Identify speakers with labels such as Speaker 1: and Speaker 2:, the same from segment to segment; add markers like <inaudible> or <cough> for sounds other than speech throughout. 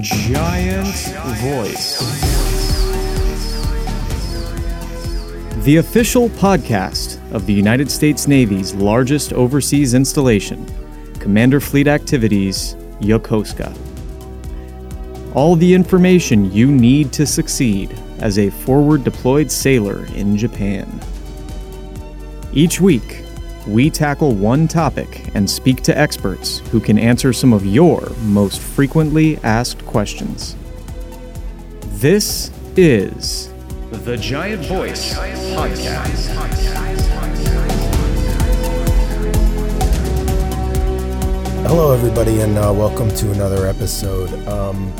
Speaker 1: Giant Voice, the official podcast of the United States Navy's largest overseas installation, Commander Fleet Activities, Yokosuka. All the information you need to succeed as a forward deployed sailor in Japan. Each week, we tackle one topic and speak to experts who can answer some of your most frequently asked questions. This is the Giant Voice Podcast.
Speaker 2: Hello, everybody, and uh, welcome to another episode. Um,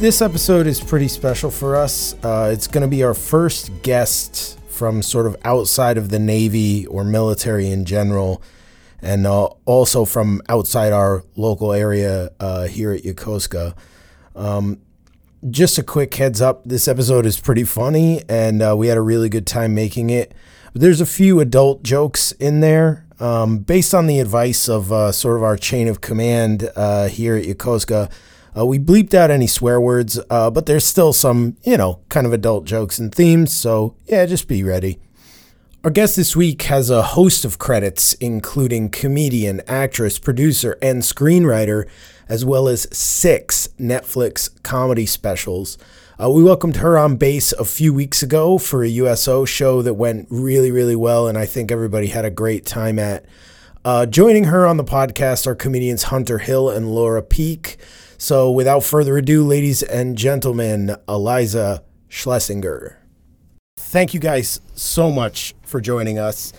Speaker 2: this episode is pretty special for us. Uh, it's going to be our first guest from sort of outside of the Navy or military in general, and uh, also from outside our local area uh, here at Yokosuka. Um, just a quick heads up this episode is pretty funny, and uh, we had a really good time making it. There's a few adult jokes in there. Um, based on the advice of uh, sort of our chain of command uh, here at Yokosuka, uh, we bleeped out any swear words, uh, but there's still some, you know, kind of adult jokes and themes, so yeah, just be ready. Our guest this week has a host of credits, including comedian, actress, producer, and screenwriter, as well as six Netflix comedy specials. Uh, we welcomed her on base a few weeks ago for a USO show that went really, really well, and I think everybody had a great time at. Uh, joining her on the podcast are comedians Hunter Hill and Laura Peak. So, without further ado, ladies and gentlemen, Eliza Schlesinger thank you guys so much for joining us.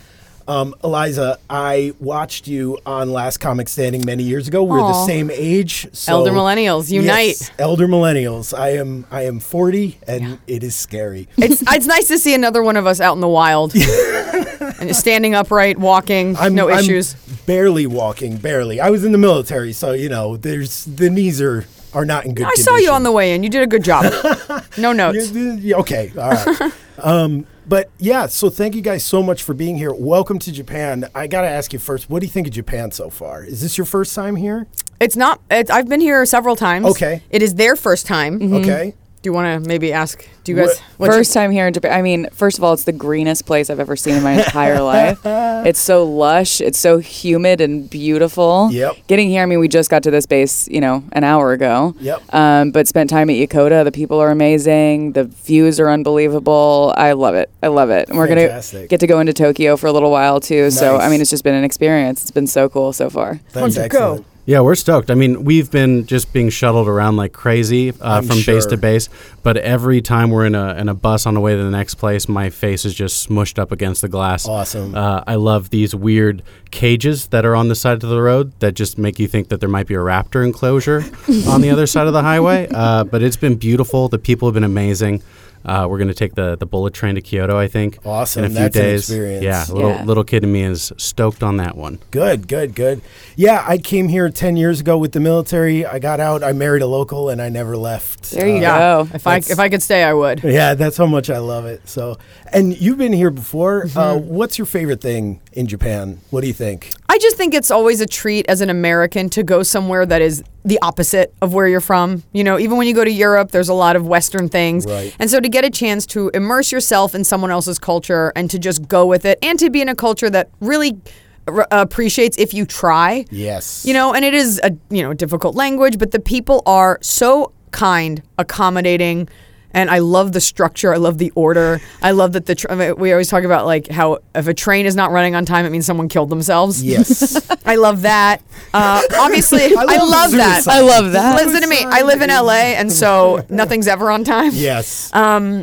Speaker 2: Um, Eliza, I watched you on Last Comic Standing many years ago. We're the
Speaker 3: Aw.
Speaker 2: same age. So
Speaker 3: Elder millennials, unite.
Speaker 2: Yes, elder millennials. I am. I am forty, and it is scary.
Speaker 3: It's, it's nice to see another one of us out in
Speaker 2: <laughs>
Speaker 3: the wild. and standing upright, walking,
Speaker 2: I'm
Speaker 3: no
Speaker 2: I'm
Speaker 3: issues.
Speaker 2: barely walking, barely. I was in the military, so you know, there's the knees are are not in good.
Speaker 3: I saw you on the way in. You did a
Speaker 2: <laughs>
Speaker 3: good job. No notes.
Speaker 2: the. Okay, all right. um, but yeah, so thank you guys so much for being here. Welcome to Japan. I gotta ask you first, what do you think of Japan so far? Is this your first time here?
Speaker 3: It's not. It's, I've been here several times.
Speaker 2: Okay.
Speaker 3: It is their first time.
Speaker 2: Okay.
Speaker 3: Do you want to maybe ask? Do you guys?
Speaker 2: What-
Speaker 3: what's-
Speaker 4: First time here in Japan. I mean, first of all, it's the greenest place I've ever seen in my
Speaker 2: <laughs>
Speaker 4: entire life. It's so lush. It's so humid and beautiful.
Speaker 2: Yep.
Speaker 4: Getting here, I mean, we just got to this base, you know, an hour ago.
Speaker 2: Yep.
Speaker 4: Um, but spent time at Yokota. The people are amazing. The views are unbelievable. I love it. I love it. And we're going to
Speaker 2: Fantastic.
Speaker 4: get to go into Tokyo for a little while, too. So,
Speaker 2: Nice.
Speaker 4: I mean, it's just been an experience. It's been so cool so far.
Speaker 2: That's
Speaker 3: Hunter, go.
Speaker 2: excellent.
Speaker 5: Yeah, we're stoked. I mean, we've been just being shuttled around like crazy uh,
Speaker 2: I'm
Speaker 5: from base
Speaker 2: sure.
Speaker 5: to base, but every time we're in a in a bus on the way to the next place, my face is just smushed up against the glass.
Speaker 2: Awesome.
Speaker 5: Uh, I love these weird cages that are on the side of the road that just make you think that there might be a raptor
Speaker 2: <laughs>
Speaker 5: enclosure on the other side of the highway. Uh, but it's been beautiful. The people have been amazing. Uh, we're gonna take the, the bullet train to Kyoto, I think.
Speaker 2: Awesome.
Speaker 5: In a few
Speaker 2: That's an
Speaker 5: days.
Speaker 2: experience.
Speaker 5: Yeah, little
Speaker 4: Yeah.
Speaker 5: little kid in me is stoked on that one.
Speaker 2: Good, good, good. Yeah, I came here 10 years ago with the military. I got out, I married a local, and I never left. Uh,
Speaker 4: There you
Speaker 3: yeah.
Speaker 4: go.
Speaker 3: Oh, If I if I could stay, I would.
Speaker 2: Yeah, that's how much I love it. So, and you've been here before. Uh, what's your favorite thing in Japan? What do you think?
Speaker 3: I just think it's always a treat as an American to go somewhere that is the opposite of where you're from. You know, even when you go to Europe, there's a lot of Western things.
Speaker 2: Right.
Speaker 3: And so to get a chance to immerse yourself in someone else's culture and to just go with it and to be in a culture that really r- uh, appreciates if you try.
Speaker 2: Yes.
Speaker 3: You know, and it is a, you know, difficult language, but the people are so kind, accommodating, and I love the structure. I love the order. I love that the tr- I mean, we always talk about like how if a train is not running on time, it means someone killed themselves.
Speaker 2: Yes.
Speaker 3: I love that. Uh, obviously, I love, that.
Speaker 2: suicide.
Speaker 4: I love that.
Speaker 3: Listen to me. I live in LA, and so nothing's ever on time.
Speaker 2: yes.
Speaker 3: Uh, Um,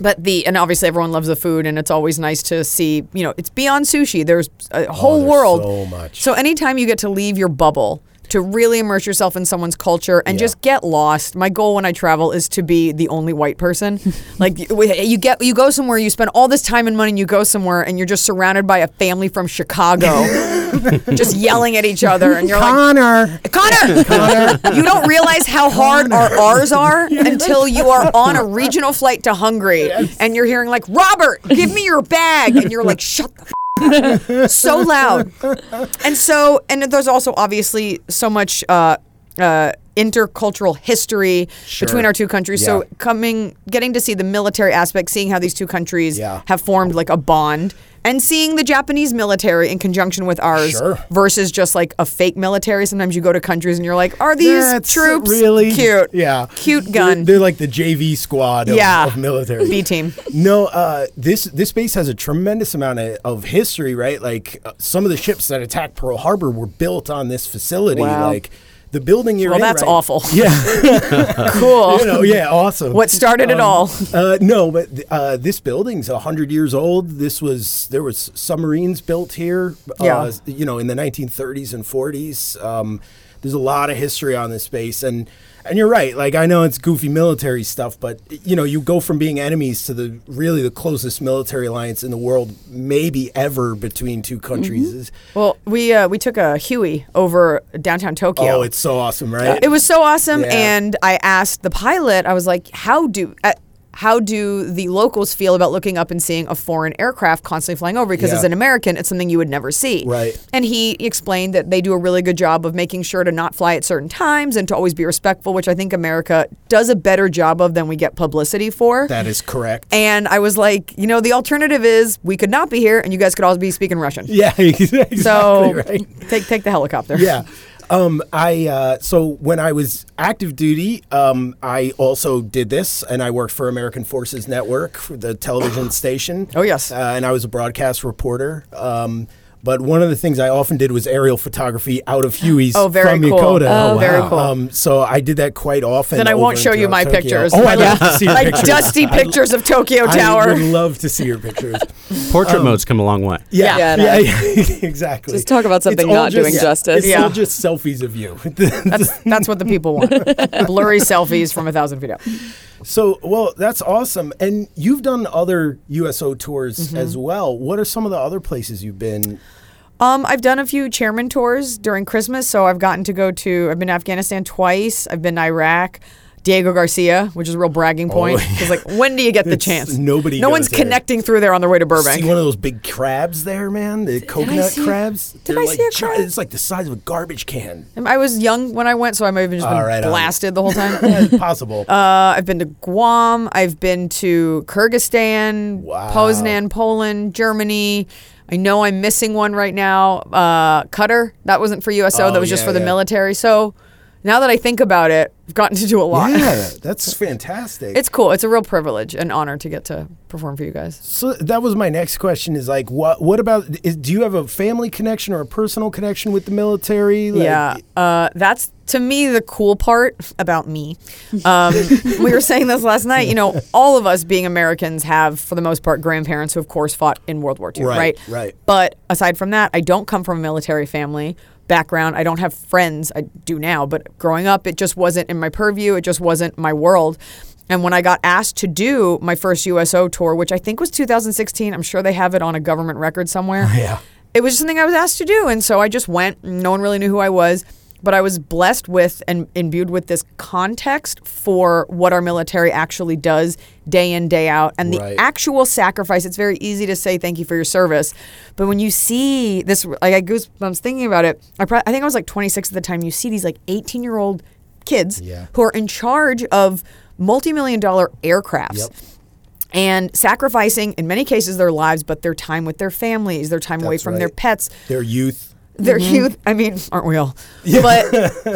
Speaker 3: But the and obviously everyone loves the food, and it's always nice to see. You know, it's beyond sushi. There's a
Speaker 2: Oh,
Speaker 3: whole
Speaker 2: there's
Speaker 3: world.
Speaker 2: so much.
Speaker 3: So anytime you get to leave your bubble to really immerse yourself in someone's culture and
Speaker 2: Yeah.
Speaker 3: just get lost. My goal when I travel is to be the only
Speaker 2: <laughs>
Speaker 3: white person. like you you get you go somewhere, you spend all this time and money, and you go somewhere, and you're just surrounded by a family
Speaker 2: <laughs>
Speaker 3: from Chicago, just yelling at each other, and you're like.
Speaker 2: Honor.
Speaker 3: Connor, you don't realize how hard our R's are until you are on a regional flight to Hungary and you're hearing like, Robert, give me your bag, and you're like, shut the. F- up." so loud, and so and there's also obviously so much. Uh, uh, intercultural history
Speaker 2: Sure.
Speaker 3: between our two countries. So
Speaker 2: Yeah.
Speaker 3: coming, getting to see the military aspect, seeing how these two countries
Speaker 2: Yeah.
Speaker 3: have formed like a bond, and seeing the Japanese military in conjunction with ours
Speaker 2: Sure.
Speaker 3: versus just like a fake military. Sometimes you go to countries and you're like, are these
Speaker 2: That's
Speaker 3: troops
Speaker 2: really
Speaker 3: cute?
Speaker 2: Yeah,
Speaker 3: cute
Speaker 2: They're-
Speaker 3: gun.
Speaker 2: They're, like the JV squad of,
Speaker 3: Yeah.
Speaker 2: of military
Speaker 3: B team.
Speaker 2: No, uh, this this base has a tremendous amount of, of history, right? Like uh, some of the ships that attacked Pearl Harbor were built on this facility.
Speaker 4: Wow.
Speaker 2: Like the building you're
Speaker 3: Well,
Speaker 2: in.
Speaker 3: that's
Speaker 2: right-
Speaker 3: awful. <laughs>
Speaker 2: Yeah,
Speaker 3: cool.
Speaker 2: you know, yeah, awesome.
Speaker 3: Oh. What started it
Speaker 2: Um,
Speaker 3: all?
Speaker 2: Uh, no, but uh, this building's hundred years old. This was there was submarines built here. Uh,
Speaker 3: Yeah.
Speaker 2: you know, in the 1930s and 40s. Um, there's a lot of history on this space, and and you're right. Like I know it's goofy military stuff, but you know you go from being enemies to the really the closest military alliance in the world, maybe ever between two countries.
Speaker 3: Mm-hmm.
Speaker 2: Is-
Speaker 3: Well, we uh, we took a Huey over downtown Tokyo.
Speaker 2: Oh, it's so awesome, right?
Speaker 3: it was so awesome,
Speaker 2: Yeah.
Speaker 3: and I asked the pilot. I was like, "How do uh, how do the locals feel about looking up and seeing a foreign aircraft constantly flying over? Because
Speaker 2: Yeah.
Speaker 3: as an American, it's something you would never see."
Speaker 2: Right.
Speaker 3: And he explained that they do a really good job of making sure to not fly at certain times and to always be respectful, which I think America does a better job of than we get publicity for.
Speaker 2: that is correct.
Speaker 3: and I was like, you know, the alternative is we could not be here, and you guys could all be speaking Russian.
Speaker 2: <laughs> yeah, <laughs> exactly.
Speaker 3: So
Speaker 2: right.
Speaker 3: take take the helicopter.
Speaker 2: yeah. Um, I uh, so when I was active duty, um, I also did this, and I worked for American Forces Network, for the
Speaker 3: <coughs>
Speaker 2: television station.
Speaker 3: Oh, yes.
Speaker 2: uh, and I was a broadcast reporter. Um, but one of the things I often did was aerial photography out of Huey's
Speaker 3: Oh, very
Speaker 2: from
Speaker 3: cool.
Speaker 2: Yokota.
Speaker 3: Oh, Oh, wow. very cool.
Speaker 2: Um, so I did that quite often.
Speaker 3: Then I won't
Speaker 2: over
Speaker 3: show you
Speaker 2: throughout
Speaker 3: my
Speaker 2: Tokyo.
Speaker 3: pictures.
Speaker 2: Oh,
Speaker 3: I
Speaker 2: I'd love
Speaker 3: love-
Speaker 2: to see your
Speaker 3: like
Speaker 2: pictures.
Speaker 3: dusty pictures of Tokyo
Speaker 2: I
Speaker 3: Tower.
Speaker 2: would love to see your
Speaker 3: <laughs>
Speaker 2: pictures.
Speaker 5: Portrait
Speaker 2: Um,
Speaker 5: mode's come a long way.
Speaker 2: Yeah,
Speaker 4: Yeah,
Speaker 2: yeah,
Speaker 4: no.
Speaker 2: yeah, <laughs> exactly.
Speaker 4: Just talk about
Speaker 2: It's
Speaker 4: something
Speaker 2: all
Speaker 4: not doing justice.
Speaker 2: It's
Speaker 3: Yeah.
Speaker 2: all just selfies of you. <laughs>
Speaker 3: That's <laughs> that's what the people want. Blurry selfies from a thousand feet up.
Speaker 2: So, well, that's awesome. And you've done other USO tours
Speaker 3: Mm-hmm.
Speaker 2: as well. What are some of the other places you've been?
Speaker 3: Um, I've done a few chairman tours during Christmas, so I've gotten to go to. I've been to Afghanistan twice. I've been to Iraq. Diego Garcia, which is a real bragging point, because like, when do you get
Speaker 2: Oh,
Speaker 3: the
Speaker 2: It's-
Speaker 3: chance?
Speaker 2: nobody
Speaker 3: no
Speaker 2: goes
Speaker 3: one's
Speaker 2: there.
Speaker 3: connecting through there on their way to Burbank.
Speaker 2: See one of those big crabs there, man? The coconut
Speaker 4: see-
Speaker 2: crabs? They're
Speaker 3: I
Speaker 2: like
Speaker 3: see a
Speaker 2: gi-
Speaker 3: crab?
Speaker 2: It's like the size of a garbage
Speaker 3: <laughs>
Speaker 2: can.
Speaker 3: And I was young when I went, so I might have just been
Speaker 2: All right, all right.
Speaker 3: blasted the whole time.
Speaker 2: It's
Speaker 3: <laughs>
Speaker 2: possible.
Speaker 3: Uh, I've been to Guam. I've been to Kyrgyzstan,
Speaker 2: Wow.
Speaker 3: Poznan, Poland, Germany. I know I'm missing one right now. Uh, Qatar. That wasn't for USO.
Speaker 2: Oh,
Speaker 3: that was just
Speaker 2: yeah,
Speaker 3: for the
Speaker 2: yeah.
Speaker 3: military. So now that I think about it, I've gotten to do a lot.
Speaker 2: yeah, that's fantastic.
Speaker 3: <laughs> it's cool. It's a real privilege and honor to get to perform for you guys.
Speaker 2: so that was my next question is like what what about is, do you have a family connection or a personal connection with the military? Like,
Speaker 3: yeah. Uh, that's to me the cool part about me.
Speaker 2: <laughs>
Speaker 3: Um, we were saying this last night. You know, all of us being Americans have, for the most part, grandparents who, of course, fought in World War II,
Speaker 2: Right,
Speaker 3: right?
Speaker 2: right.
Speaker 3: But aside from that, I don't come from a military family background. I don't have friends. I do now, but growing up, it just wasn't in my purview. It just wasn't my world. And when I got asked to do my first USO tour, which I think was 2016, I'm sure they have it on a government record somewhere.
Speaker 2: <laughs> Yeah.
Speaker 3: It was just something I was asked to do. And so I just went. No one really knew who I was. But I was blessed with and imbued with this context for what our military actually does day in, day out, and the
Speaker 2: Right.
Speaker 3: actual sacrifice. It's very easy to say thank you for your service, but when you see this, like I goosebumps thinking about it. I, pro- I think I was like 26 at the time. You see these like 18 year old kids
Speaker 2: Yeah.
Speaker 3: who are in charge of multi million dollar aircrafts.
Speaker 2: Yep.
Speaker 3: And sacrificing, in many cases, their lives, but their time with their families, their time away
Speaker 2: That's
Speaker 3: from their
Speaker 2: right.
Speaker 3: pets,
Speaker 2: Their youth.
Speaker 3: their youth. I mean, aren't we all? But
Speaker 2: <laughs>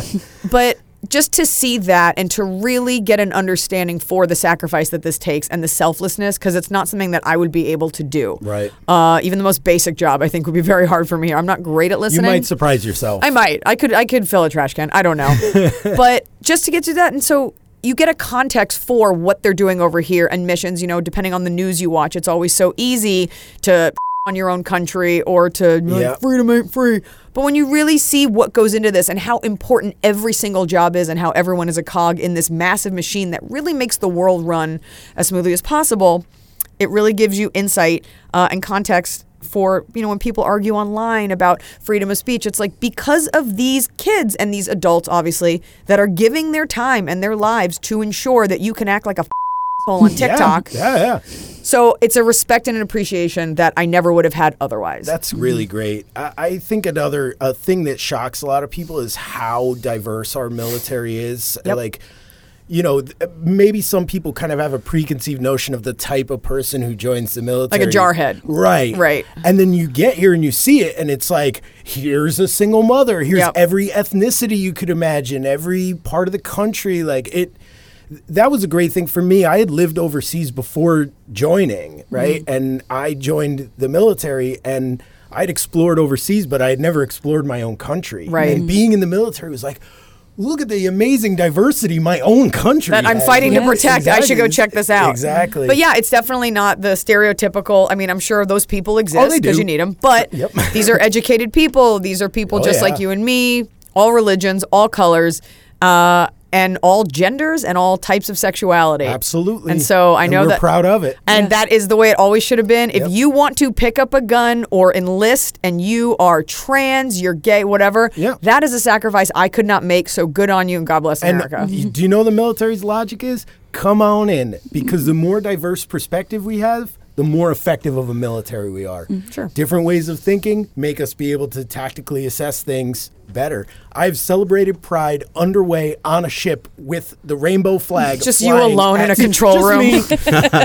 Speaker 3: but just to see that and to really get an understanding for the sacrifice that this takes and the selflessness, because it's not something that I would be able to do.
Speaker 2: Right.
Speaker 3: Uh, even the most basic job, I think, would be very hard for me. I'm not great at
Speaker 2: You
Speaker 3: listening.
Speaker 2: might surprise yourself.
Speaker 3: I might. I could. I could fill a trash can. I don't know. but just to get to that, and so you get a context for what they're doing over here and missions. You know, depending on the news you watch, it's always so easy to <laughs> on your own country or to be like,
Speaker 2: Yeah.
Speaker 3: freedom ain't free. But when you really see what goes into this and how important every single job is and how everyone is a cog in this massive machine that really makes the world run as smoothly as possible, it really gives you insight uh, and context for you know when people argue online about freedom of speech it's like because of these kids and these adults obviously that are giving their time and their lives to ensure that you can act like a <laughs> hole on
Speaker 2: <laughs>
Speaker 3: TikTok.
Speaker 2: Yeah, yeah, yeah.
Speaker 3: So it's a respect and an appreciation that I never would have had otherwise.
Speaker 2: That's really great. I, I think another a thing that shocks a lot of people is how diverse our military is.
Speaker 3: Yep.
Speaker 2: Like, you know, th- maybe some people kind of have a preconceived notion of the type of person who joins the military,
Speaker 3: jarhead.
Speaker 2: right?
Speaker 3: Right.
Speaker 2: And then you get here and you see it, and it's like, here's a single mother. Here's
Speaker 3: Yep.
Speaker 2: every ethnicity you could imagine, every part of the country. Like it. That was a great thing for me. I had lived overseas before joining, right?
Speaker 3: Mm-hmm.
Speaker 2: And I joined the military and I'd explored overseas, but I had never explored my own country.
Speaker 3: Right. Mm-hmm.
Speaker 2: And being in the military was like, look at the amazing diversity my own country
Speaker 3: that I'm
Speaker 2: has.
Speaker 3: fighting to
Speaker 2: Yes,
Speaker 3: protect. I should go
Speaker 2: exactly.
Speaker 3: check this out.
Speaker 2: Exactly.
Speaker 3: But yeah, it's definitely not the stereotypical. I mean, I'm sure those people exist
Speaker 2: Oh, they
Speaker 3: because
Speaker 2: do.
Speaker 3: you need them. But
Speaker 2: Yep.
Speaker 3: <laughs> these are educated people. These are people
Speaker 2: Oh,
Speaker 3: just like
Speaker 2: yeah.
Speaker 3: you and me, all religions, all colors, uh, and all genders and all types of sexuality.
Speaker 2: Absolutely.
Speaker 3: And so I
Speaker 2: And
Speaker 3: know
Speaker 2: we're
Speaker 3: that
Speaker 2: proud of it.
Speaker 3: And that is the way it always should have been. If
Speaker 2: Yep.
Speaker 3: you want to pick up a gun or enlist and you are trans, you're gay, whatever,
Speaker 2: Yeah.
Speaker 3: that is a sacrifice I could not make. So good on you and God bless
Speaker 2: And
Speaker 3: America.
Speaker 2: y- do you know the military's logic is? Come on in, because the more diverse perspective we have, the more effective of a military we are.
Speaker 3: Mm,
Speaker 2: Sure. Different ways of thinking make us be able to tactically assess things better. I've celebrated Pride underway on a ship with the rainbow flag.
Speaker 3: Just you
Speaker 2: flying
Speaker 3: alone
Speaker 2: <laughs>
Speaker 3: in
Speaker 2: at-
Speaker 3: a control
Speaker 2: Just
Speaker 3: room. <laughs>
Speaker 2: me.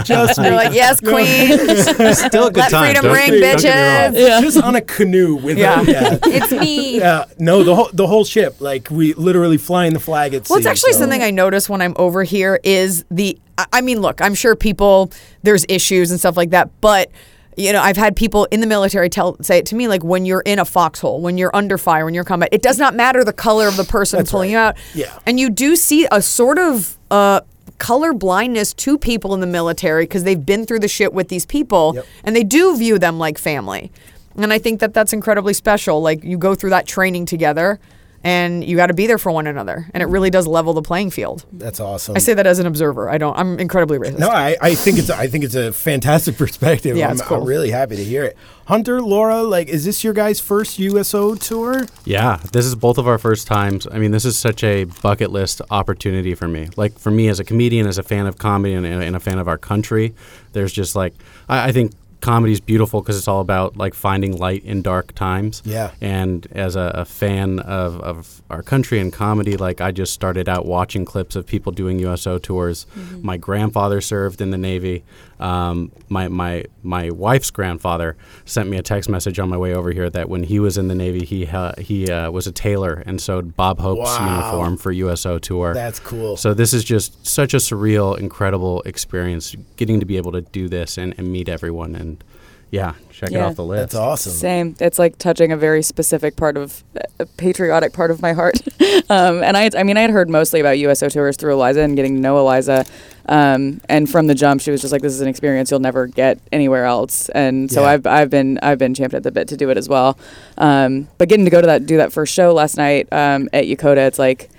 Speaker 2: just me.
Speaker 3: They're like,
Speaker 2: <laughs>
Speaker 3: yes, queen.
Speaker 5: Still a good
Speaker 3: Let
Speaker 5: time.
Speaker 3: freedom
Speaker 5: don't
Speaker 3: ring,
Speaker 5: get- don't get me wrong.
Speaker 2: Just on a canoe with
Speaker 3: Yeah.
Speaker 2: a yeah.
Speaker 6: It's me.
Speaker 2: Yeah, no, the whole the whole ship, like we literally flying the flag at
Speaker 3: well, it's
Speaker 2: sea,
Speaker 3: actually
Speaker 2: so-
Speaker 3: something I notice when I'm over here is the. I- I mean, look, I'm sure people there's issues and stuff like that, but you know, I've had people in the military tell say it to me like when you're in a foxhole, when you're under fire, when you're in combat, it does not matter the color of the person pulling you out.
Speaker 2: Yeah.
Speaker 3: and you do see a sort of. Uh, color blindness to people in the military because they've been through the shit with these people
Speaker 2: Yep.
Speaker 3: and they do view them like family and i think that that's incredibly special like you go through that training together and you got to be there for one another and it really does level the playing field
Speaker 2: That's awesome.
Speaker 3: i say that as an observer i don't i'm incredibly racist
Speaker 2: No, I, I think it's I think it's a fantastic <laughs> perspective.
Speaker 3: Yeah,
Speaker 2: I'm,
Speaker 3: it's cool.
Speaker 2: I'm really happy to hear it. Hunter, Laura, like, is this your guys' first USO tour?
Speaker 5: Yeah, this is both of our first times. I mean, this is such a bucket list opportunity for me. Like, for me as a comedian, as a fan of comedy, and, and a fan of our country, there's just like, I, I think comedy's beautiful because it's all about like finding light in dark times.
Speaker 2: Yeah.
Speaker 5: And as a, a fan of, of our country and comedy, like, I just started out watching clips of people doing USO tours.
Speaker 2: Mm-hmm.
Speaker 5: My grandfather served in the Navy. Um, my, my, my wife's grandfather sent me a text message on my way over here that when he was in the Navy, he ha- he uh, was a tailor and sewed Bob Hope's
Speaker 2: Wow.
Speaker 5: uniform for USO tour.
Speaker 2: That's cool.
Speaker 5: So this is just such a surreal, incredible experience. Getting to be able to do this and, and meet everyone and yeah, check it
Speaker 4: Yeah.
Speaker 5: off the list.
Speaker 2: That's awesome.
Speaker 4: Same. It's like touching a very specific part of a patriotic part of my heart. <laughs> um, and I, I mean, I had heard mostly about USO tours through Eliza and getting to know Eliza. Um, and from the jump, she was just like, "This is an experience you'll never get anywhere else." And so
Speaker 2: Yeah.
Speaker 4: I've, I've been, I've been champed at the bit to do it as well. Um, but getting to go to that, do that first show last night um, at Yokota, it's like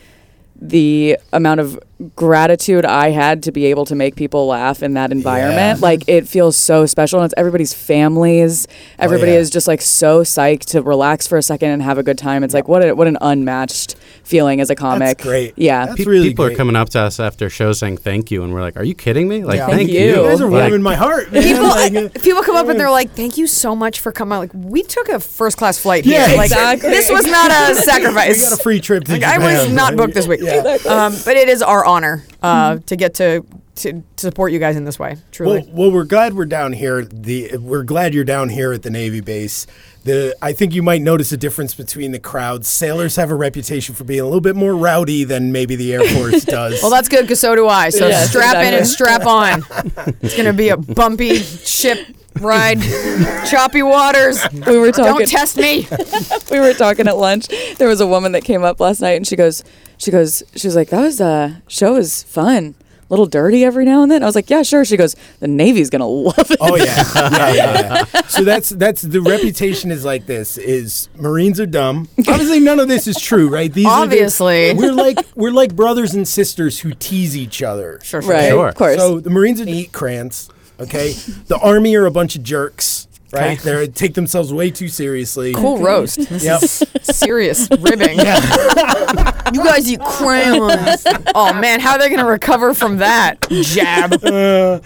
Speaker 4: the amount of gratitude I had to be able to make people laugh in that environment. Like it feels so special and it's everybody's families. Everybody
Speaker 2: yeah.
Speaker 4: is just like so psyched to relax for a second and have a good time. It's like what a, what an unmatched feeling as a comic.
Speaker 2: great.
Speaker 4: Yeah.
Speaker 2: That's
Speaker 5: Pe-
Speaker 2: really
Speaker 5: people
Speaker 2: great.
Speaker 5: are coming up to us after shows saying thank you, and we're like, "Are you kidding me? Like,
Speaker 2: Yeah.
Speaker 5: thank,
Speaker 4: Thank
Speaker 5: you.
Speaker 4: you.
Speaker 2: You guys are
Speaker 5: Like,
Speaker 2: warming my heart. man.
Speaker 3: <laughs> People, <laughs>
Speaker 2: Like, uh,
Speaker 3: people come up and they're like, "Thank you so much for coming." Like, we took a first class flight
Speaker 2: Yeah,
Speaker 3: here. Like,
Speaker 4: exactly.
Speaker 3: this was not
Speaker 2: <laughs>
Speaker 3: a
Speaker 2: we
Speaker 3: sacrifice.
Speaker 2: got a free trip to
Speaker 3: Like, I was
Speaker 2: Japan,
Speaker 3: not
Speaker 2: man.
Speaker 3: booked this week. <laughs>
Speaker 2: Yeah.
Speaker 3: Um, but it is our honor uh, to get to, to to support you guys in this way. Truly.
Speaker 2: Well, well, we're glad we're down here. The we're glad you're down here at the Navy base. The I think you might notice a difference between the crowds. Sailors have a reputation for being a little bit more rowdy than maybe the Air
Speaker 3: <laughs>
Speaker 2: Force does.
Speaker 3: Well, that's good because so do I. So
Speaker 4: Yes,
Speaker 3: strap in and
Speaker 4: exactly.
Speaker 3: strap on.
Speaker 2: <laughs>
Speaker 3: it's going to be a bumpy ship ride, choppy waters.
Speaker 4: We were talking
Speaker 3: Don't test me.
Speaker 4: <laughs> we were talking at lunch. There was a woman that came up last night, and she goes, she goes, she was like, that was uh, show is fun, a little dirty every now and then. I was like, yeah, sure. She goes, the Navy's gonna love it.
Speaker 2: Oh yeah. yeah, yeah, yeah. So that's that's the reputation is like this: is Marines are dumb. Obviously, none of this is true, right? These are the-
Speaker 3: Obviously.
Speaker 2: we're like we're like brothers and sisters who tease each other.
Speaker 3: Sure, sure.
Speaker 4: Right,
Speaker 5: Sure.
Speaker 4: of course.
Speaker 2: So the Marines are neat crants. Okay, the Army are a bunch of jerks. right? They take themselves way too seriously.
Speaker 3: Cool roast. This
Speaker 2: Yep.
Speaker 3: is serious ribbing. you guys eat crayons. oh man, how are they gonna recover from that jab?
Speaker 2: <laughs> Uh,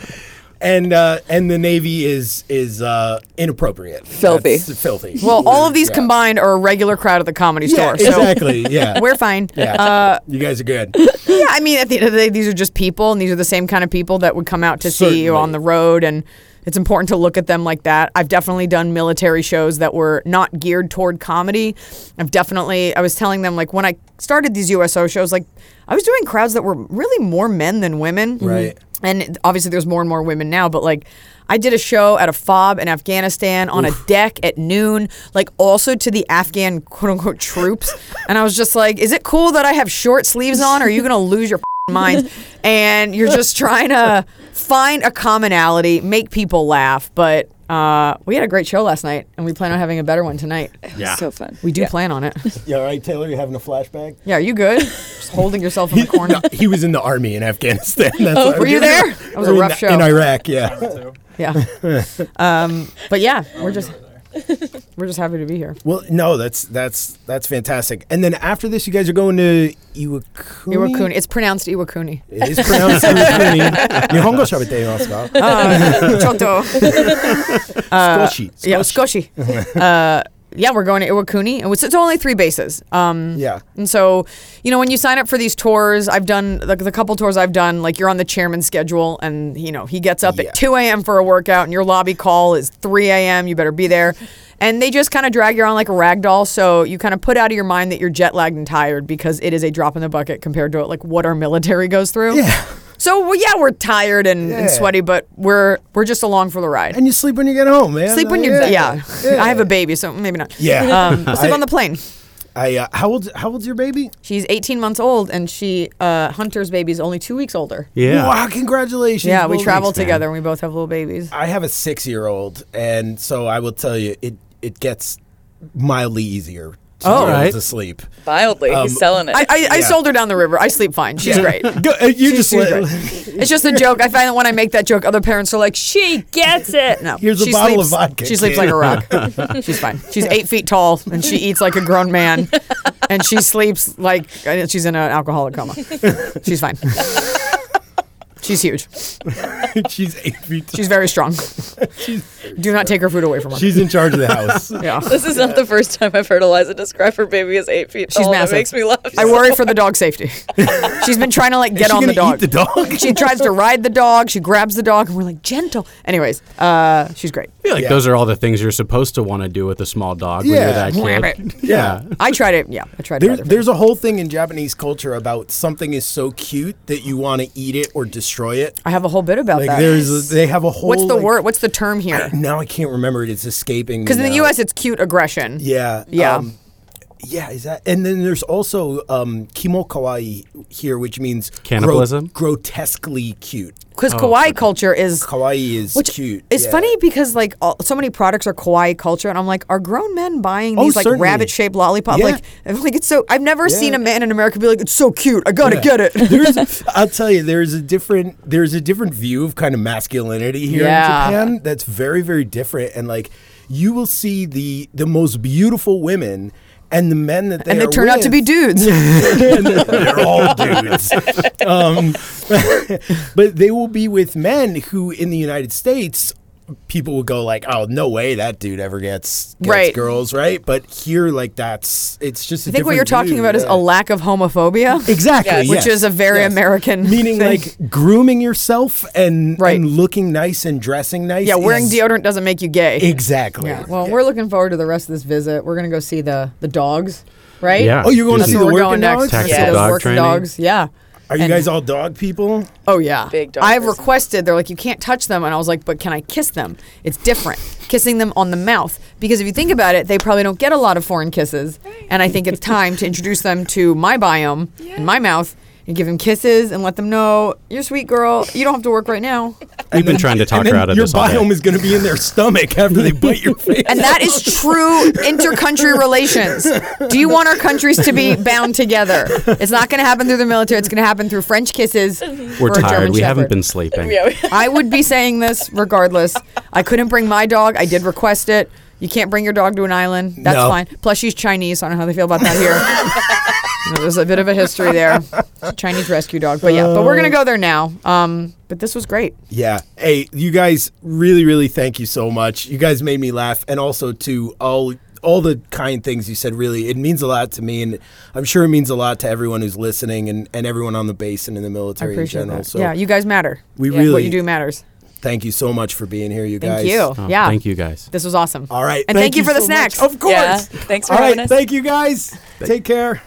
Speaker 2: and uh, and the Navy is is uh, inappropriate,
Speaker 4: Filthy.
Speaker 2: That's filthy.
Speaker 3: Well, all of these
Speaker 2: Yeah.
Speaker 3: combined are a regular crowd at the comedy
Speaker 2: Yeah,
Speaker 3: store. So
Speaker 2: exactly.
Speaker 3: <laughs>
Speaker 2: Yeah,
Speaker 3: we're fine.
Speaker 2: yeah.
Speaker 3: Uh,
Speaker 2: you guys are good.
Speaker 3: yeah, I mean, at the end of the day, these are just people, and these are the same kind of people that would come out to see you
Speaker 2: Certainly.
Speaker 3: on the road, and it's important to look at them like that. I've definitely done military shows that were not geared toward comedy. I've definitely, I was telling them like when I started these USO shows, like I was doing crowds that were really more men than women,
Speaker 2: Right.
Speaker 3: And obviously, there's more and more women now, but like. I did a show at a FOB in Afghanistan on a deck at noon, like also to the Afghan quote unquote troops. And I was just like, is it cool that I have short sleeves on? Or are you going to lose your f***ing mind? And you're just trying to find a commonality, make people laugh. But uh, we had a great show last night, and we plan on having a better one tonight.
Speaker 5: Yeah.
Speaker 4: So fun.
Speaker 3: We do plan on it.
Speaker 2: <laughs> Yeah, all right, Taylor, you having a flashback?
Speaker 3: Yeah, are you good? Just holding yourself in the corner.
Speaker 2: <laughs> No, he was in the army in Afghanistan. <laughs> That's
Speaker 4: Oh,
Speaker 2: why-
Speaker 3: were you there? That was a
Speaker 2: Or in
Speaker 3: rough
Speaker 2: the-
Speaker 3: show.
Speaker 2: in Iraq. <laughs> Yeah.
Speaker 3: <laughs> Yeah. Um, but yeah, we're just we're just happy to be here.
Speaker 2: Well, no, that's that's that's fantastic. And then after this, you guys are going to Iwakuni.
Speaker 3: Iwakuni. It's pronounced Iwakuni.
Speaker 2: It is pronounced Iwakuni. Nihongo shabettei masu ka?
Speaker 3: <laughs> Uh, Choto. Uh,
Speaker 2: Skoshi.
Speaker 3: <laughs> Yeah, <laughs> Skoshi. Uh, yeah, we're going to Iwakuni. and It's, it's only three bases. Um,
Speaker 2: Yeah.
Speaker 3: And so, you know, when you sign up for these tours, I've done like the couple tours I've done, like you're on the chairman's schedule and, you know, he gets up
Speaker 2: Yeah.
Speaker 3: at 2 a.m. for a workout and your lobby call is 3 a.m. You better
Speaker 2: <laughs>
Speaker 3: be there. And they just kind of drag you on like a rag doll. So you kind of put out of your mind that you're jet lagged and tired because it is a drop in the bucket compared to like what our military goes through.
Speaker 2: Yeah.
Speaker 3: So well, yeah, we're tired and,
Speaker 2: Yeah.
Speaker 3: and sweaty, but we're we're just along for the ride.
Speaker 2: And you sleep when you get home, man.
Speaker 3: sleep when
Speaker 2: Uh,
Speaker 3: you yeah. I have a baby, so maybe not.
Speaker 2: Yeah. <laughs>
Speaker 3: Um,
Speaker 2: I-
Speaker 3: sleep on the plane.
Speaker 2: I uh, how old how old's your baby?
Speaker 3: She's 18 months old, and she uh, Hunter's baby is only two weeks older.
Speaker 5: Yeah.
Speaker 2: Wow, congratulations.
Speaker 3: Yeah, we
Speaker 2: Well,
Speaker 3: travel
Speaker 5: man.
Speaker 3: together, and we both have little babies.
Speaker 2: I have a six year old, and so I will tell you, it it gets mildly easier to,
Speaker 3: Oh.
Speaker 2: be able
Speaker 5: Right.
Speaker 2: to sleep.
Speaker 4: Wildly,
Speaker 2: Um,
Speaker 4: he's selling it.
Speaker 3: I, I, I
Speaker 2: Yeah.
Speaker 3: sold her down the river. I sleep fine. She's great.
Speaker 2: Go- uh, <laughs> you just
Speaker 3: she's
Speaker 2: let- <laughs>
Speaker 3: It's just a joke. I find that when I make that joke, other parents are like, "She gets it." No,
Speaker 2: Here's a
Speaker 3: she
Speaker 2: bottle
Speaker 3: sleeps,
Speaker 2: of vodka,
Speaker 3: She sleeps like
Speaker 2: kid. <laughs>
Speaker 3: a rock. she's fine. She's eight feet tall, and she eats like a grown man, and she sleeps like she's in an alcoholic coma. She's fine. She's huge.
Speaker 2: <laughs> she's eight feet. Tall.
Speaker 3: She's very strong. Do not take her food away from her.
Speaker 2: She's in charge of the <laughs> house.
Speaker 3: yeah.
Speaker 4: this is not the first time I've heard Eliza describe her baby as eight feet
Speaker 3: She's
Speaker 4: tall.
Speaker 3: massive.
Speaker 4: Oh, That makes me laugh.
Speaker 3: I worry
Speaker 4: <laughs>
Speaker 3: for the dog's safety. <laughs> She's been trying to like get
Speaker 2: Is she
Speaker 3: on the
Speaker 2: gonna
Speaker 3: dog.
Speaker 2: eat the dog?
Speaker 3: <laughs> she tries to ride the dog. She grabs the dog, and we're like gentle. Anyways, uh, she's great.
Speaker 5: I feel like
Speaker 2: Yeah.
Speaker 5: those are all the things you're supposed to want to do with a small dog
Speaker 2: Yeah.
Speaker 5: when you're that
Speaker 3: Rabbit.
Speaker 5: kid. yeah.
Speaker 3: I try to, yeah, I try to.
Speaker 2: There,
Speaker 3: ride her.
Speaker 2: there's a whole thing in Japanese culture about something is so cute that you want to eat it or destroy it.
Speaker 3: I have a whole bit about
Speaker 2: Like
Speaker 3: that.
Speaker 2: there's, they have a whole.
Speaker 3: What's the
Speaker 2: like-
Speaker 3: word? What's the term here?
Speaker 2: Now I can't remember it. It's escaping.
Speaker 3: Because in the
Speaker 2: now.
Speaker 3: U.S., it's cute aggression.
Speaker 2: Yeah.
Speaker 3: Yeah.
Speaker 2: Um, yeah, is that and then there's also um kimo kawaii here, which means gro-
Speaker 5: Cannibalism?
Speaker 2: grotesquely cute.
Speaker 3: Because kawaii culture is
Speaker 2: Kawaii is
Speaker 3: which
Speaker 2: cute.
Speaker 3: It's
Speaker 2: yeah.
Speaker 3: funny because like all, so many products are kawaii culture, and I'm like, are grown men buying
Speaker 2: Oh,
Speaker 3: these like
Speaker 2: certainly.
Speaker 3: rabbit shaped lollipop?
Speaker 2: Yeah.
Speaker 3: Like, <laughs> I'm like it's so. I've never seen
Speaker 2: Yeah.
Speaker 3: a man in America be like, it's so cute. I gotta
Speaker 2: Yeah.
Speaker 3: get it.
Speaker 2: <laughs> There's, I'll tell you, there's a different there's a different view of kind of masculinity here
Speaker 3: Yeah.
Speaker 2: in Japan that's very very different, and like you will see the the most beautiful women and the men that they
Speaker 3: and they
Speaker 2: are
Speaker 3: turn out to
Speaker 2: with-
Speaker 3: be dudes.
Speaker 2: and they're all dudes. <laughs> Um, but they will be with men who, in the United States, people will go like, "Oh, no way, that dude ever gets, gets
Speaker 3: Right.
Speaker 2: girls, right?" But here, like, that's it's just. I
Speaker 3: I think what you're talking about is a lack of homophobia,
Speaker 2: <laughs> exactly,
Speaker 4: Yes.
Speaker 2: yes.
Speaker 3: which is a very
Speaker 2: Yes.
Speaker 3: American
Speaker 2: meaning
Speaker 3: thing.
Speaker 2: like grooming yourself and
Speaker 3: Right.
Speaker 2: and looking nice and dressing nice.
Speaker 3: yeah, wearing
Speaker 2: is-
Speaker 3: deodorant doesn't make you gay.
Speaker 2: Exactly.
Speaker 3: Yeah. Well, we're looking forward to the rest of this visit. We're gonna go see the the dogs, right?
Speaker 5: Yeah.
Speaker 2: Oh, you're going
Speaker 3: That's
Speaker 2: to see
Speaker 3: where
Speaker 2: the
Speaker 3: we're
Speaker 2: working
Speaker 3: going next.
Speaker 2: dogs?
Speaker 3: We're gonna see
Speaker 5: Tactical
Speaker 3: those
Speaker 5: dog
Speaker 3: working
Speaker 5: training.
Speaker 3: dogs. Yeah.
Speaker 2: Are you guys all dog people?
Speaker 3: Oh yeah.
Speaker 4: Big dog
Speaker 3: I've
Speaker 4: person.
Speaker 3: requested they're like you can't touch them and I was like but can I kiss them? It's different. Kissing them on the mouth because if you think about it they probably don't get a lot of foreign kisses and I think it's time to introduce them to my biome and my mouth and give them kisses and let them know you're a sweet girl. You don't have to work right now.
Speaker 5: We've
Speaker 2: <laughs>
Speaker 5: been trying to talk her out of
Speaker 2: your
Speaker 5: this. all day.
Speaker 2: biome is going to be in their stomach after they bite
Speaker 3: <laughs>
Speaker 2: your face.
Speaker 3: And that is true intercountry relations. Do you want our countries to be bound together? It's not going to happen through the military. It's going to happen through French kisses.
Speaker 5: We're
Speaker 3: or a German
Speaker 5: tired. We haven't
Speaker 3: Shepherd.
Speaker 2: <laughs>
Speaker 5: been sleeping.
Speaker 4: Yeah.
Speaker 3: I would be saying this regardless. I couldn't bring my dog. I did request it. You can't bring your dog to an island. That's
Speaker 2: No.
Speaker 3: fine. Plus, she's Chinese. so I don't know how they feel about that here.
Speaker 2: <laughs>
Speaker 3: You know, there's a bit of a history there. Chinese rescue dog. But yeah, but we're going to go there now. Um, but this was great.
Speaker 2: Yeah. Hey, you guys really, really thank you so much. You guys made me laugh. And also to all all the kind things you said really it means a lot to me and I'm sure it means a lot to everyone who's listening and, and everyone on the base and in the
Speaker 3: I
Speaker 2: military in
Speaker 3: appreciate
Speaker 2: general.
Speaker 3: that.
Speaker 2: So
Speaker 3: yeah, you guys matter.
Speaker 2: We
Speaker 3: Yeah, What
Speaker 2: really-
Speaker 3: you do matters.
Speaker 2: thank you so much for being here, you
Speaker 3: Thank
Speaker 2: guys.
Speaker 3: you.
Speaker 5: Oh,
Speaker 3: yeah.
Speaker 5: Thank you guys.
Speaker 3: This was awesome.
Speaker 2: All right.
Speaker 3: And thank, you for the
Speaker 2: so much.
Speaker 3: snacks.
Speaker 2: Of course.
Speaker 4: Yeah. Thanks for
Speaker 2: All
Speaker 4: having
Speaker 2: right,
Speaker 4: us.
Speaker 2: Thank you guys. Take care.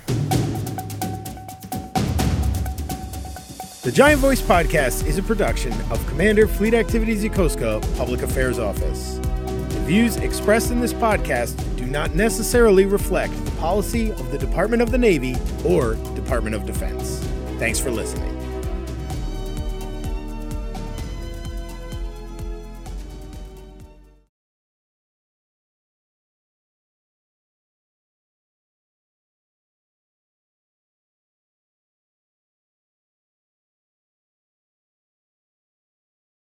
Speaker 2: The Giant Voice Podcast is a production of Commander Fleet Activities Yokosuka Public Affairs Office. The views expressed in this podcast do not necessarily reflect the policy of the Department of the Navy or Department of Defense. Thanks for listening.